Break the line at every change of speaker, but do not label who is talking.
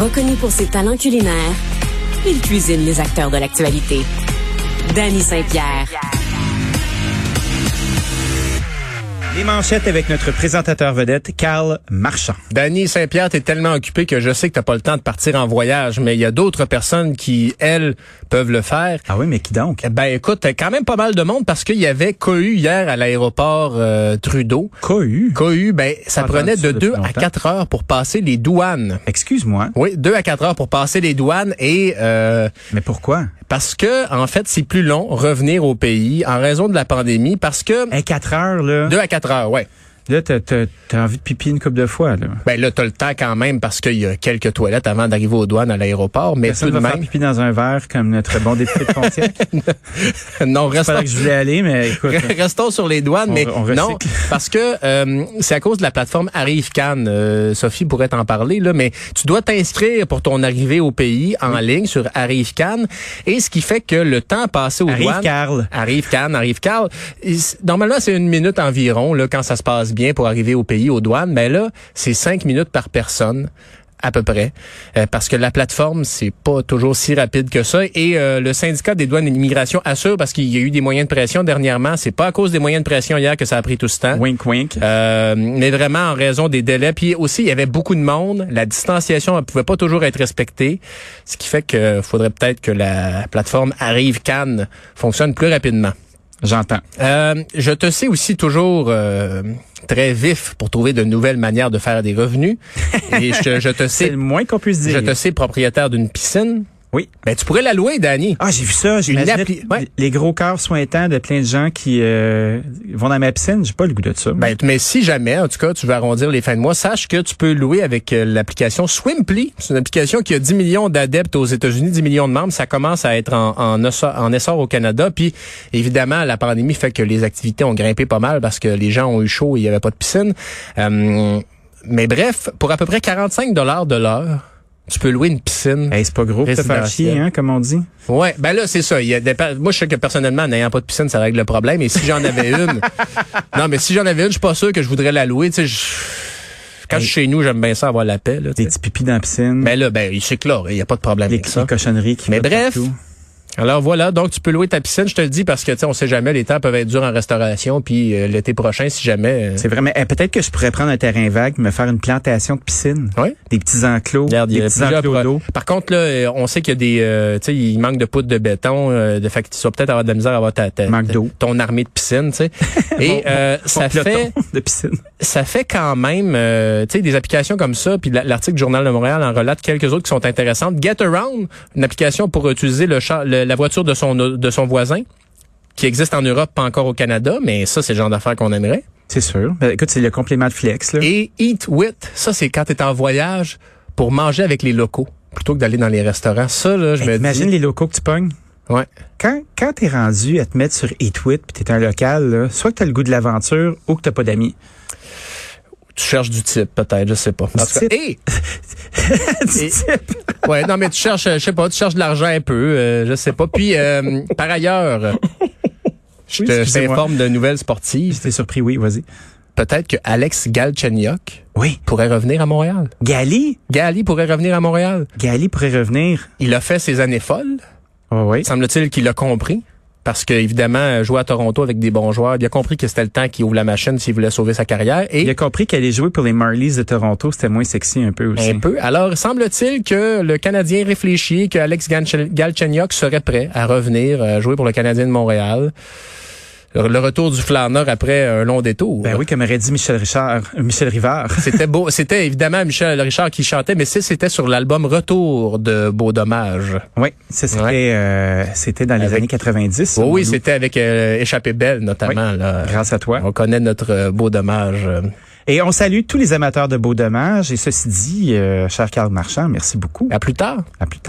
Reconnu pour ses talents culinaires, il cuisine les acteurs de l'actualité. Danny Saint-Pierre.
Les manchettes avec notre présentateur vedette, Carl Marchand.
Danny Saint-Pierre, t'es tellement occupé que je sais que t'as pas le temps de partir en voyage, mais il y a d'autres personnes qui, elles, peuvent le faire.
Ah oui, mais qui donc?
Ben écoute, quand même pas mal de monde parce qu'il y avait cohue hier à l'aéroport euh, Trudeau.
Cohu.
Cohue, ben ça
Entendu
prenait
ça
de
depuis
2 à
longtemps.
4 heures pour passer les douanes.
Excuse-moi,
Oui, 2 à 4 heures pour passer les douanes et euh,
mais pourquoi?
parce que en fait, c'est plus long revenir au pays en raison de la pandémie parce que
À 4 heures, là,
2 à 4 heures, ouais.
là t'as- t'as t'as envie de pipi une coupe de fois, là.
Ben là, t'as le temps quand même parce qu'il y a quelques toilettes avant d'arriver aux douanes à l'aéroport, mais
Personne
tout
va
de
faire
même.
pipi dans un verre comme notre bon député de Pontiac.
non,
C'est pas
restons,
là que je voulais aller, mais écoute.
Restons sur les douanes,
On-
mais
on recycle.
non, parce que euh, c'est à cause de la plateforme Arrive Cannes. Euh, Sophie pourrait t'en parler là, mais tu dois t'inscrire pour ton arrivée au pays en ligne sur Arrive Cannes, et ce qui fait que le temps passé aux
Arrive
douanes
Carl.
Arrive Cannes, arrive Carl. Il- Normalement, c'est une minute environ, là, quand ça se passe bien pour arriver au pays, aux douanes. Mais là, c'est cinq minutes par personne à peu près, Euh, parce que la plateforme, c'est pas toujours si rapide que ça. Et euh, le syndicat des douanes et de l'immigration assure, parce qu'il y a eu des moyens de pression dernièrement, c'est pas à cause des moyens de pression hier que ça a pris tout ce temps.
Wink, wink.
Euh, mais vraiment en raison des délais. Puis aussi, il y avait beaucoup de monde. La distanciation ne pouvait pas toujours être respectée. Ce qui fait que faudrait peut-être que la plateforme Arrive Cannes fonctionne plus rapidement.
J'entends.
Euh, je te sais aussi toujours euh, très vif pour trouver de nouvelles manières de faire des revenus. Et je, je
C'est
te sais,
le moins qu'on puisse
je
dire.
te sais propriétaire d'une piscine.
Oui.
Ben tu pourrais la louer, Danny.
Ah, j'ai vu ça. J'ai
Une
imaginé
appli-
t-
ouais.
les gros corps sointants de plein de gens qui euh, vont dans ma piscine. J'ai pas le goût de ça.
Ben, mais si jamais, en tout cas, tu veux arrondir les fins de mois, sache que tu peux louer avec euh, l'application Swimply. C'est une application qui a 10 millions d'adeptes aux États-Unis, 10 millions de membres. Ça commence à être en, en, essor, en essor au Canada. Puis, évidemment, la pandémie fait que les activités ont grimpé pas mal parce que les gens ont eu chaud et il n'y avait pas de piscine. Euh, mais bref, pour à peu près 45 dollars de l'heure, tu peux louer une piscine.
Hey, c'est pas gros pour te faire chier,
Résidentiel.
hein, comme on dit.
Ouais, ben là c'est ça. Il y a des pa- moi je sais que personnellement, en n'ayant pas de piscine, ça règle le problème. Et si j'en avais une, non mais si j'en avais une, je suis pas sûr que je voudrais la louer. Tu sais, je- quand je suis chez nous, j'aime bien ça avoir la paix. Là,
Des
tu sais.
petits pipis dans la piscine.
Mais là, ben il s'éclore. Il n'y a pas de problème
les,
avec ça.
les cochonneries qui
Mais
flottent
bref.
partout.
Alors voilà, donc tu peux louer ta piscine. Je te le dis parce que tu sais, on sait jamais. Les temps peuvent être durs en restauration. Puis euh, l'été prochain, si jamais. euh,
C'est vraiment. eh, Peut-être que je pourrais prendre un terrain vague, me faire une plantation de piscine.
Ouais.
Des petits enclos.
Regarde, il y
des
a
petits
plusieurs
enclos
pro-
d'eau.
Par contre, là, euh, on sait qu'il y a des, euh, tu sais, il manque de poudre de béton, euh, de fait que tu vas peut-être avoir de la misère à avoir ta, ta-
Manque
ta-
d'eau.
ton armée de piscine, tu sais. Et euh, ça
Mon peloton
fait,
de piscine.
ça fait quand même, euh, tu sais, des applications comme ça. Puis la- l'article du Journal de Montréal en relate quelques autres qui sont intéressantes. Get Around, une application pour utiliser le, char- le- la voiture de son de son voisin, qui existe en Europe, pas encore au Canada, mais ça, c'est le genre d'affaires qu'on aimerait.
C'est sûr. Ben, écoute, c'est le complément de flex. Là.
Et Eat With, ça c'est quand t'es en voyage pour manger avec les locaux plutôt que d'aller dans les restaurants. Ça là, je
Hey,
me
Ben, Imagine
dis.
les locaux que tu pognes.
Ouais.
Quand, quand t'es rendu à te mettre sur eTwit puis t'es un local, là, soit que t'as le goût de l'aventure ou que t'as pas d'amis.
Tu cherches du type peut-être, je sais pas. En tout cas,
type?
hey!
Du type.
ouais, non mais tu cherches, euh, je sais pas, tu cherches de l'argent un peu, euh, je sais pas. Puis euh, par ailleurs, euh, je
Oui,
te
excusez-moi.
t'informe de nouvelles sportives.
J'étais surpris, oui, vas-y.
Peut-être que Alex Galchenyuk
Oui.
pourrait revenir à Montréal.
Gali,
Gali pourrait revenir à Montréal.
Gali pourrait revenir.
Il a fait ses années folles.
Oh, oui.
semble-t-il qu'il l'a compris. Parce que, évidemment, euh, jouer à Toronto avec des bons joueurs, il a compris que c'était le temps qu'il ouvre la machine s'il voulait sauver sa carrière.
Il
Et
a compris qu'aller jouer pour les Marlies de Toronto, c'était moins sexy un peu aussi.
un peu. Alors, semble-t-il que le Canadien réfléchit, que Alex Ganche- Galchenyuk serait prêt à revenir euh, jouer pour le Canadien de Montréal. Le le retour du flâneur après un long détour.
Ben oui, comme aurait dit Michel Richard, euh, Michel Rivard.
C'était beau. C'était évidemment Michel Richard qui chantait, mais c'est- c'était sur l'album Retour de Beau Dommage.
Oui, ça c'était
Ouais.
euh, c'était dans les
Avec-
années 90. ça,
Oui, Oh oui,
Maudou.
c'était avec euh, Échappée Belle, notamment. là.
grâce à toi.
On connaît notre euh, Beau Dommage. euh,
Et on salue tous les amateurs de beaux dommages et ceci dit, euh, cher Karl Marchand, merci beaucoup.
À plus tard.
À plus tard.